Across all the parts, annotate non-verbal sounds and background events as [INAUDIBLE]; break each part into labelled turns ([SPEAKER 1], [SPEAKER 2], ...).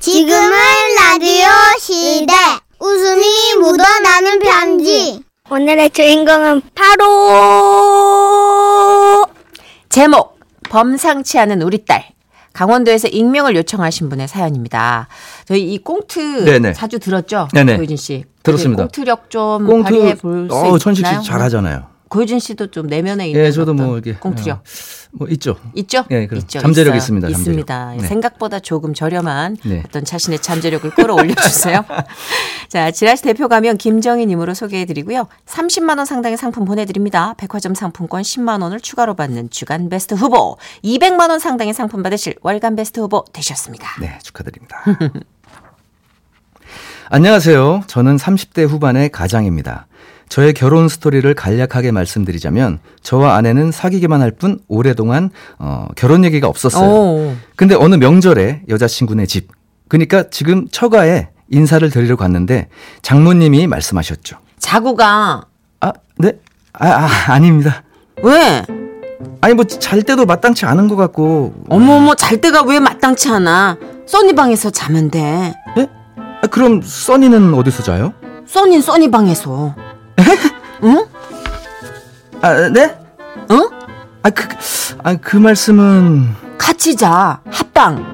[SPEAKER 1] 지금은 라디오 시대. 웃음이 묻어나는 편지.
[SPEAKER 2] 오늘의 주인공은 바로
[SPEAKER 3] 제목 범상치 않은 우리 딸 강원도에서 익명을 요청하신 분의 사연입니다. 저희 이 꽁트
[SPEAKER 4] 네네.
[SPEAKER 3] 자주 들었죠?
[SPEAKER 4] 네네.
[SPEAKER 3] 고효진 씨.
[SPEAKER 4] 들었습니다.
[SPEAKER 3] 꽁트력 좀 음, 발휘해
[SPEAKER 4] 꽁트
[SPEAKER 3] 볼수
[SPEAKER 4] 어
[SPEAKER 3] 있나요?
[SPEAKER 4] 천식 씨 잘하잖아요.
[SPEAKER 3] 고효진 씨도 좀 내면에 있는
[SPEAKER 4] 예, 저도
[SPEAKER 3] 어떤
[SPEAKER 4] 뭐 이렇게
[SPEAKER 3] 꽁트력
[SPEAKER 4] 어, 뭐 있죠.
[SPEAKER 3] 있죠?
[SPEAKER 4] 예, 그럼
[SPEAKER 3] 있죠.
[SPEAKER 4] 잠재력
[SPEAKER 3] 있어요.
[SPEAKER 4] 있습니다, 잠재력.
[SPEAKER 3] 있습니다.
[SPEAKER 4] 네.
[SPEAKER 3] 생각보다 조금 저렴한
[SPEAKER 4] 네.
[SPEAKER 3] 어떤 자신의 잠재력을 끌어올려
[SPEAKER 4] [LAUGHS]
[SPEAKER 3] 주세요. 자, 지라시 대표 가면 김정희 님으로 소개해 드리고요. 30만 원 상당의 상품 보내 드립니다. 백화점 상품권 10만 원을 추가로 받는 주간 베스트 후보, 200만 원 상당의 상품 받으실 월간 베스트 후보 되셨습니다.
[SPEAKER 4] 네, 축하드립니다. [LAUGHS] 안녕하세요. 저는 30대 후반의 가장입니다. 저의 결혼 스토리를 간략하게 말씀드리자면 저와 아내는 사귀기만 할 뿐 오랫동안 어, 결혼 얘기가 없었어요.
[SPEAKER 3] 오.
[SPEAKER 4] 근데 어느 명절에 여자친구네 집, 그러니까 지금 처가에 인사를 드리러 갔는데 장모님이 말씀하셨죠.
[SPEAKER 3] 자구가
[SPEAKER 4] 아, 네? 아, 아 아닙니다.
[SPEAKER 3] 왜?
[SPEAKER 4] 아니 뭐 잘 때도 마땅치 않은 것 같고
[SPEAKER 3] 어머머 잘 때가 왜 마땅치 않아? 써니 방에서 자면 돼.
[SPEAKER 4] 네? 아, 그럼 써니는 어디서 자요?
[SPEAKER 3] 써니 써니
[SPEAKER 4] [LAUGHS]
[SPEAKER 3] 방에서.
[SPEAKER 4] 아 네?
[SPEAKER 3] 응?
[SPEAKER 4] 아 그 아, 그 말씀은
[SPEAKER 3] 같이 자. 합방.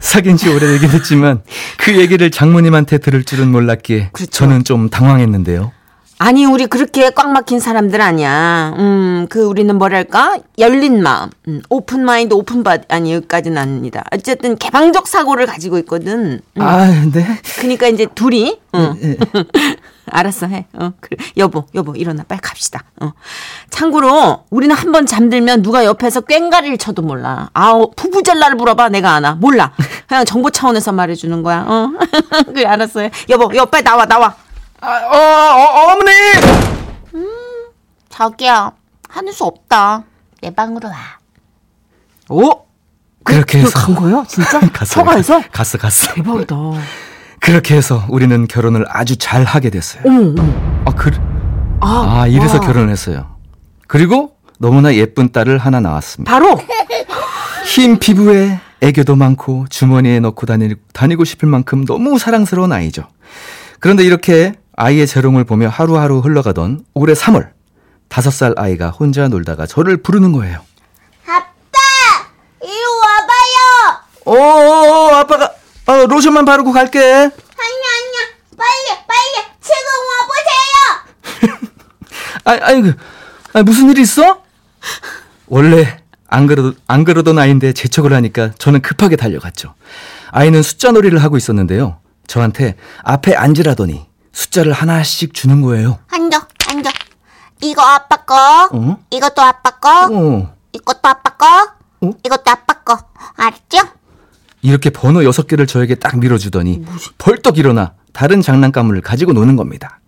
[SPEAKER 4] 사귄 지 오래되긴 했지만 그 얘기를 장모님한테 들을 줄은 몰랐기에
[SPEAKER 3] 그렇죠.
[SPEAKER 4] 저는 좀 당황했는데요.
[SPEAKER 3] 아니 우리 그렇게 꽉 막힌 사람들 아니야. 음, 그 우리는 뭐랄까 열린 마음, 음, 오픈 마인드, 오픈 바디 아니 여기까지는 아닙니다. 어쨌든 개방적 사고를 가지고 있거든. 음,
[SPEAKER 4] 아 네.
[SPEAKER 3] 그러니까 이제 둘이. 응. [LAUGHS] 알았어 해. 어 그래 여보 여보 일어나 빨리 갑시다. 어 참고로 우리는 한 번 잠들면 누가 옆에서 꽹가리를 쳐도 몰라. 아우 부부젤라를 물어봐 내가 아나 몰라. 그냥 정보 차원에서 말해주는 거야. 어 [LAUGHS] 그래 알았어 해. 여보 여보 빨리 나와 나와.
[SPEAKER 4] 아, 어, 어 어머니.
[SPEAKER 1] 저기요. 하는 수 없다. 내 방으로 와.
[SPEAKER 3] 오
[SPEAKER 4] 그렇게 해서
[SPEAKER 3] 간 거예요?
[SPEAKER 4] [LAUGHS]
[SPEAKER 3] 진짜?
[SPEAKER 4] 갔어요.
[SPEAKER 3] 서가에서?
[SPEAKER 4] 갔어 갔어.
[SPEAKER 3] 대박이다. 어머,
[SPEAKER 4] 그렇게 해서 우리는 결혼을 아주 잘 하게 됐어요.
[SPEAKER 3] 어머.
[SPEAKER 4] 아 그.
[SPEAKER 3] 아,
[SPEAKER 4] 아 이래서
[SPEAKER 3] 와.
[SPEAKER 4] 결혼을 했어요. 그리고 너무나 예쁜 딸을 하나 낳았습니다.
[SPEAKER 3] 바로
[SPEAKER 4] 흰 피부에 애교도 많고 주머니에 넣고 다니, 다니고 싶을 만큼 너무 사랑스러운 아이죠. 그런데 이렇게 아이의 재롱을 보며 하루하루 흘러가던 올해 3월 다섯 살 아이가 혼자 놀다가 저를 부르는 거예요.
[SPEAKER 1] 아빠! 이리 와봐요!
[SPEAKER 4] 오, 오, 오, 어, 아빠가 어, 로션만 바르고 갈게.
[SPEAKER 1] 아니야, 아니야. 빨리, 빨리. 지금 와보세요!
[SPEAKER 4] 아, 아니 그 아니, 무슨 일 있어? 원래 안 그러던 안 그러던 아이인데 재촉을 하니까 저는 급하게 달려갔죠. 아이는 숫자 놀이를 하고 있었는데요. 저한테 앞에 앉으라더니 숫자를 하나씩 주는 거예요.
[SPEAKER 1] 앉아, 앉아. 이거 아빠 거.
[SPEAKER 4] 어?
[SPEAKER 1] 이것도 아빠 거.
[SPEAKER 4] 어.
[SPEAKER 1] 이것도 아빠 거.
[SPEAKER 4] 어?
[SPEAKER 1] 이것도 아빠 거. 알았죠?
[SPEAKER 4] 이렇게 번호 여섯 개를 저에게 딱 밀어주더니 벌떡 일어나 다른 장난감을 가지고 노는 겁니다.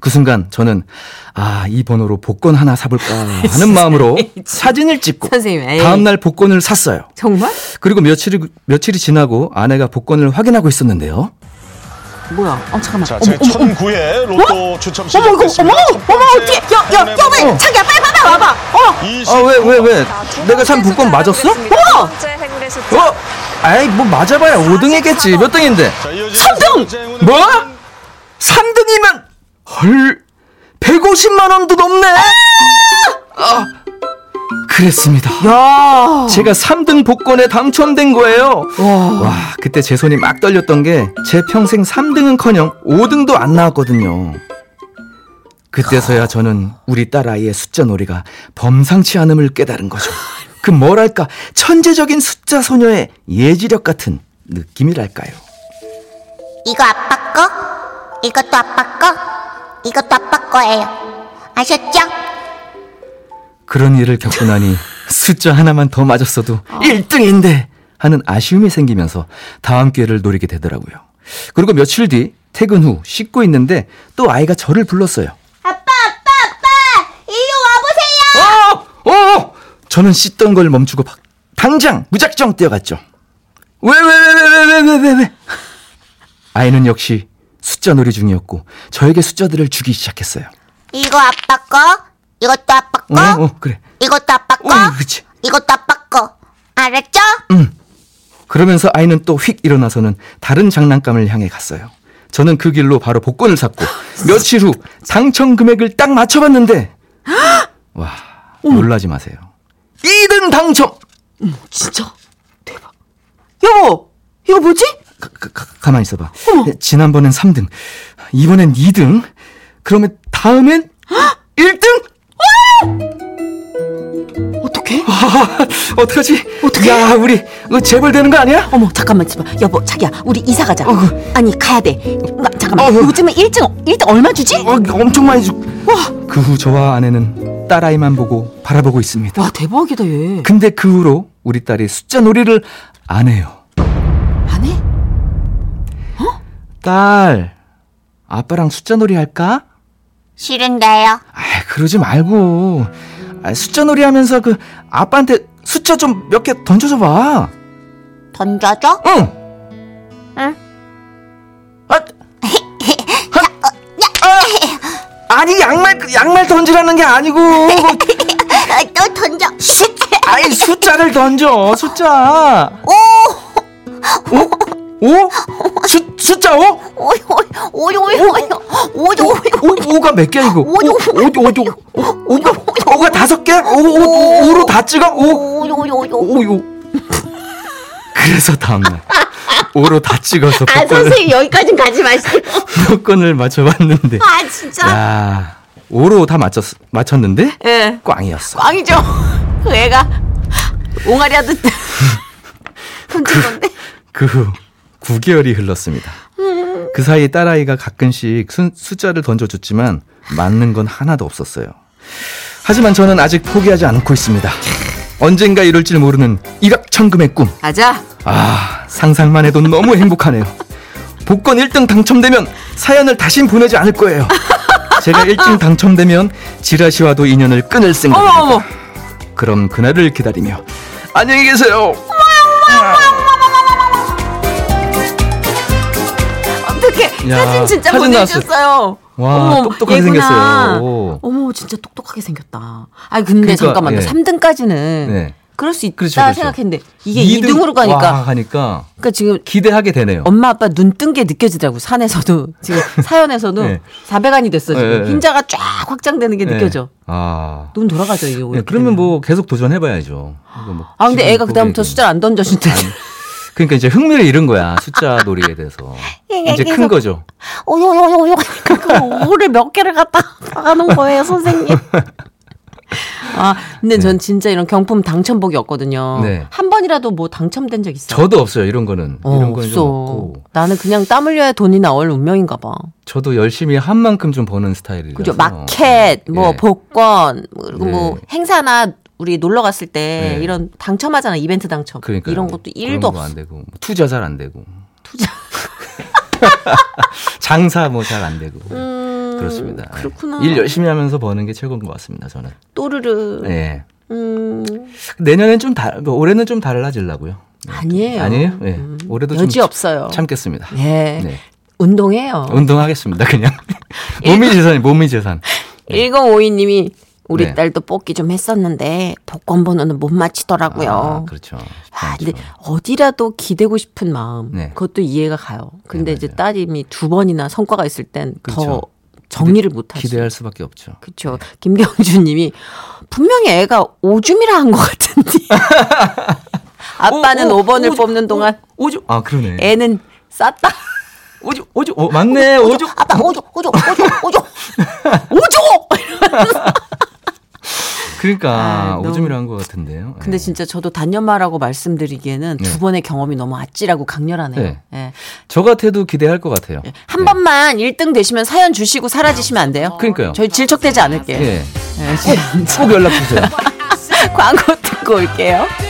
[SPEAKER 4] 그 순간 저는 아, 이 번호로 복권
[SPEAKER 3] [LAUGHS]
[SPEAKER 4] 하나 사볼까 하는 마음으로 사진을 찍고
[SPEAKER 3] 선생님, 에이.
[SPEAKER 4] 다음날 복권을 샀어요.
[SPEAKER 3] 정말?
[SPEAKER 4] 그리고 며칠이, 며칠이 지나고 아내가 복권을 확인하고 있었는데요.
[SPEAKER 3] 뭐야? 어 잠깐만.
[SPEAKER 5] 자,
[SPEAKER 3] 어머
[SPEAKER 5] 제 1009회 로또 추첨
[SPEAKER 3] 어머 어머 어머
[SPEAKER 5] 시작됐습니다. 네,
[SPEAKER 3] 어머 어떻게? 여여 여보 자기야 빨리 봐봐 와봐. 어
[SPEAKER 4] 아, 왜, 왜, 왜? 내가 산 복권 맞았어?
[SPEAKER 3] 우와!
[SPEAKER 4] 어? 아이, 뭐 맞아봐야 5등이겠지. 몇 등인데?
[SPEAKER 3] 3등!
[SPEAKER 4] 뭐? 3등이면 헐 150만 원도 넘네. 아, 그랬습니다.
[SPEAKER 3] 야.
[SPEAKER 4] 제가 3등 복권에 당첨된 거예요. 와, 그때 제 손이 막 떨렸던 게 제 평생 3등은커녕 5등도 안 나왔거든요. 그때서야 저는 우리 딸 아이의 숫자 놀이가 범상치 않음을 깨달은 거죠. 그 뭐랄까 천재적인 숫자 소녀의 예지력 같은 느낌이랄까요.
[SPEAKER 1] 이거 아빠 거. 이것도 아빠 거. 이것도 아빠 거예요. 아셨죠?
[SPEAKER 4] 그런 일을 겪고 나니 숫자 하나만 더 맞았어도 1등인데 하는 아쉬움이 생기면서 다음 기회를 노리게 되더라고요. 그리고 며칠 뒤 퇴근 후 씻고 있는데 또 아이가 저를 불렀어요.
[SPEAKER 1] 아빠, 아빠, 아빠! 이리 와보세요!
[SPEAKER 4] 어! 어! 저는 씻던 걸 멈추고 박- 당장 무작정 뛰어갔죠. 왜, 왜, 왜, 왜, 왜, 왜, 왜, 왜, 왜? 아이는 역시 숫자 놀이 중이었고 저에게 숫자들을 주기 시작했어요.
[SPEAKER 1] 이거 아빠 거. 이것도 아빠
[SPEAKER 4] 어,
[SPEAKER 1] 거.
[SPEAKER 4] 어, 음. 그래.
[SPEAKER 1] 이것도 아빠 거.
[SPEAKER 4] 어, 그치.
[SPEAKER 1] 이것도 아빠 거. 알았죠?
[SPEAKER 4] 응. 그러면서 아이는 또 휙 일어나서는 다른 장난감을 향해 갔어요. 저는 그 길로 바로 복권을 샀고 며칠 후 당첨 금액을
[SPEAKER 3] [GASPS]
[SPEAKER 4] 딱 맞춰봤는데 와 놀라지 마세요. 2등 당첨.
[SPEAKER 3] 진짜 대박. 여보, 이거 뭐지?
[SPEAKER 4] 가, 가- 가, 가만 있어봐. 네, 지난번엔 3등, 이번엔 2등, 그러면
[SPEAKER 3] [GASPS]
[SPEAKER 4] 다음엔 1등?
[SPEAKER 3] 어떻게?
[SPEAKER 4] 아, 어떡하지?
[SPEAKER 3] 어떡해?
[SPEAKER 4] 야, 우리 이거 재벌 되는 거 아니야?
[SPEAKER 3] 어머 잠깐만 있어봐 여보 자기야 우리 이사 가자
[SPEAKER 4] 어구.
[SPEAKER 3] 아니 가야 돼 나, 잠깐만
[SPEAKER 4] 어구.
[SPEAKER 3] 요즘에 1등 1등 얼마 주지?
[SPEAKER 4] 어, 엄청 많이 주. 그 후 저와 아내는 딸아이만 보고 바라보고 있습니다.
[SPEAKER 3] 와 대박이다 얘
[SPEAKER 4] 근데 그 후로 우리 딸이 숫자 놀이를 안 해요.
[SPEAKER 3] 안 해?
[SPEAKER 4] 딸, 아빠랑 숫자 놀이 할까?
[SPEAKER 1] 싫은데요.
[SPEAKER 4] 아, 그러지 말고 아, 숫자 놀이 하면서 그 아빠한테 숫자 좀 몇 개 던져줘 봐.
[SPEAKER 1] 던져줘? [LAUGHS]
[SPEAKER 4] 응.
[SPEAKER 1] 응.
[SPEAKER 4] 아, 아, 아니 양말 양말 던지라는 게 아니고
[SPEAKER 1] 아, 또 던져.
[SPEAKER 4] 아이 숫자를 던져 숫자. 오. 오? 오? 숫 숫자 오?
[SPEAKER 1] 오이, 오이, 오이, 오이, 오이,
[SPEAKER 4] 어,
[SPEAKER 1] 오이, 오이,
[SPEAKER 4] 오 오가 몇 개야 이거? 오
[SPEAKER 1] 오요.
[SPEAKER 4] 오 오죠. 오가 오가 다섯 개? 오오 오로 다 찍어? 오.
[SPEAKER 1] 오이, 오이, 오이, 오이.
[SPEAKER 4] 오요. [LAUGHS] 그래서 다음날 오로 다 찍어서
[SPEAKER 1] 아,
[SPEAKER 4] 복권을,
[SPEAKER 1] 선생님, 여기까진 가지 마시고.
[SPEAKER 4] [LAUGHS] 복권을 맞춰봤는데
[SPEAKER 1] 아, 진짜.
[SPEAKER 4] 야 오로 다 맞췄 맞췄는데
[SPEAKER 3] 예
[SPEAKER 4] 꽝이었어.
[SPEAKER 1] [LAUGHS]
[SPEAKER 3] 꽝이죠 그 애가 옹알이 하듯 던진 건데
[SPEAKER 4] 그 후 9개월이 흘렀습니다. 그 사이 딸아이가 가끔씩 순- 숫자를 던져줬지만 맞는 건 하나도 없었어요. 하지만 저는 아직 포기하지 않고 있습니다. 언젠가 이룰 줄 모르는 일확천금의 꿈.
[SPEAKER 3] 가자
[SPEAKER 4] 아 상상만 해도 너무 행복하네요. 복권 1등 당첨되면 사연을 다신 보내지 않을 거예요. 제가 1등 당첨되면 지라시와도 인연을 끊을 생각입니다.
[SPEAKER 3] 어머 어머
[SPEAKER 4] 그럼 그날을 기다리며 안녕히 계세요.
[SPEAKER 3] 어떻게
[SPEAKER 4] 야,
[SPEAKER 3] 사진 진짜
[SPEAKER 4] 사진
[SPEAKER 3] 보내주셨어요
[SPEAKER 4] 와, 똑똑하게
[SPEAKER 3] 얘구나.
[SPEAKER 4] 생겼어요. 오.
[SPEAKER 3] 어머 진짜 똑똑하게 생겼다 아 근데
[SPEAKER 4] 그러니까,
[SPEAKER 3] 잠깐만
[SPEAKER 4] 예.
[SPEAKER 3] 3등까지는
[SPEAKER 4] 네.
[SPEAKER 3] 그럴 수 있다
[SPEAKER 4] 그렇죠, 그렇죠.
[SPEAKER 3] 생각했는데 이게
[SPEAKER 4] 이
[SPEAKER 3] 2등, 으로 가니까
[SPEAKER 4] 와, 가니까
[SPEAKER 3] 그러니까 지금
[SPEAKER 4] 기대하게 되네요.
[SPEAKER 3] 엄마 아빠 눈 뜬 게 느껴지더라고 산에서도 [LAUGHS] 지금 사연에서도
[SPEAKER 4] 네.
[SPEAKER 3] 400안이 됐어 지금
[SPEAKER 4] 네, 네.
[SPEAKER 3] 흰자가 쫙 확장되는 게
[SPEAKER 4] 네.
[SPEAKER 3] 느껴져
[SPEAKER 4] 아.
[SPEAKER 3] 눈 돌아가죠 이게
[SPEAKER 4] 네,
[SPEAKER 3] 오히려
[SPEAKER 4] 그러면
[SPEAKER 3] 그때는.
[SPEAKER 4] 뭐 계속 도전해봐야죠. 이거 뭐
[SPEAKER 3] 아 근데
[SPEAKER 4] 지금
[SPEAKER 3] 애가 그다음부터
[SPEAKER 4] 포기하기는.
[SPEAKER 3] 숫자를 안 던져준대
[SPEAKER 4] 그러니까 이제 흥미를 잃은 거야 숫자
[SPEAKER 3] [LAUGHS]
[SPEAKER 4] 놀이에 대해서.
[SPEAKER 3] 예,
[SPEAKER 4] 이제 큰 거죠.
[SPEAKER 3] 어,
[SPEAKER 1] 오이, 오이, 오이, 오이, 오이.
[SPEAKER 3] 오를 몇 개를 갖다 박아놓은 거예요 선생님 [LAUGHS] 아 근데 전 진짜 이런 경품 당첨복이 없거든요
[SPEAKER 4] 네.
[SPEAKER 3] 한 번이라도 뭐 당첨된 적 있어요?
[SPEAKER 4] 저도 없어요 이런 거는.
[SPEAKER 3] 어,
[SPEAKER 4] 이런 건좀
[SPEAKER 3] 없어.
[SPEAKER 4] 없고.
[SPEAKER 3] 나는 그냥 땀 흘려야 돈이 나올 운명인가 봐.
[SPEAKER 4] 저도 열심히 한 만큼 좀 버는 스타일이라서.
[SPEAKER 3] 그죠? 마켓, 뭐
[SPEAKER 4] 예.
[SPEAKER 3] 복권, 뭐 그리고
[SPEAKER 4] 네.
[SPEAKER 3] 뭐 행사나 우리 놀러 갔을 때
[SPEAKER 4] 네.
[SPEAKER 3] 이런 당첨하잖아 이벤트 당첨
[SPEAKER 4] 그러니까
[SPEAKER 3] 이런 것도 일도 없어.
[SPEAKER 4] 안 되고 뭐 투자 잘 안 되고
[SPEAKER 3] 투자.
[SPEAKER 4] [LAUGHS] 장사 뭐 잘 안 되고
[SPEAKER 3] 음,
[SPEAKER 4] 그렇습니다. 예.
[SPEAKER 3] 그렇구나.
[SPEAKER 4] 일 열심히 하면서 버는 게 최고인 것 같습니다 저는.
[SPEAKER 3] 또르르.
[SPEAKER 4] 예.
[SPEAKER 3] 음,
[SPEAKER 4] 내년엔 좀 다, 뭐 올해는 좀 달라지려고요. 네.
[SPEAKER 3] 아니에요. 음.
[SPEAKER 4] 아니에요? 예. 올해도 좀
[SPEAKER 3] 여지 없어요.
[SPEAKER 4] 참겠습니다.
[SPEAKER 3] 예.
[SPEAKER 4] 네.
[SPEAKER 3] 운동해요. [LAUGHS]
[SPEAKER 4] 운동하겠습니다, 그냥. 몸이 재산이, 몸이 재산.
[SPEAKER 3] 1052님이 우리
[SPEAKER 4] 네.
[SPEAKER 3] 딸도 뽑기 좀 했었는데 복권 번호는 못 맞히더라고요.
[SPEAKER 4] 아, 그렇죠.
[SPEAKER 3] 아, 근데 어디라도 기대고 싶은 마음
[SPEAKER 4] 네.
[SPEAKER 3] 그것도 이해가 가요. 근데
[SPEAKER 4] 네,
[SPEAKER 3] 이제
[SPEAKER 4] 맞아요.
[SPEAKER 3] 따님이 두 번이나 성과가 있을 땐 더
[SPEAKER 4] 그렇죠.
[SPEAKER 3] 정리를 못 하죠.
[SPEAKER 4] 기대할 수밖에 없죠.
[SPEAKER 3] 그렇죠. 김경주님이 분명히 애가 오줌이라 한 것
[SPEAKER 4] [LAUGHS]
[SPEAKER 3] 같은데 아빠는
[SPEAKER 4] 오, 오,
[SPEAKER 3] 5번을
[SPEAKER 4] 오줌,
[SPEAKER 3] 뽑는 동안
[SPEAKER 4] 오죽, 아, 그러네.
[SPEAKER 3] 애는 쌌다.
[SPEAKER 4] 오죽, 오죽, 어, 맞네, 오죽.
[SPEAKER 1] 아빠, 오죠, 오죠, 오죠,
[SPEAKER 4] [LAUGHS]
[SPEAKER 1] 오죠.
[SPEAKER 3] 오줌! 아,
[SPEAKER 4] 그러니까,
[SPEAKER 3] 너무-
[SPEAKER 4] 오줌이라 한것 같은데요.
[SPEAKER 3] 근데
[SPEAKER 4] 예.
[SPEAKER 3] 진짜 저도 단념하라고 말씀드리기에는 두
[SPEAKER 4] 네.
[SPEAKER 3] 번의 경험이 너무 아찔하고 강렬하네요.
[SPEAKER 4] 네.
[SPEAKER 3] 예.
[SPEAKER 4] 저 같아도 기대할 것 같아요.
[SPEAKER 3] 한 번만 1등 되시면 사연 주시고 사라지시면 안 돼요.
[SPEAKER 4] 그러니까요.
[SPEAKER 3] 저희 [LAUGHS] 질척되지 않을게요.
[SPEAKER 4] 예.
[SPEAKER 3] 예, 진짜. [LAUGHS]
[SPEAKER 4] 꼭 연락주세요.
[SPEAKER 3] 광고 듣고 올게요.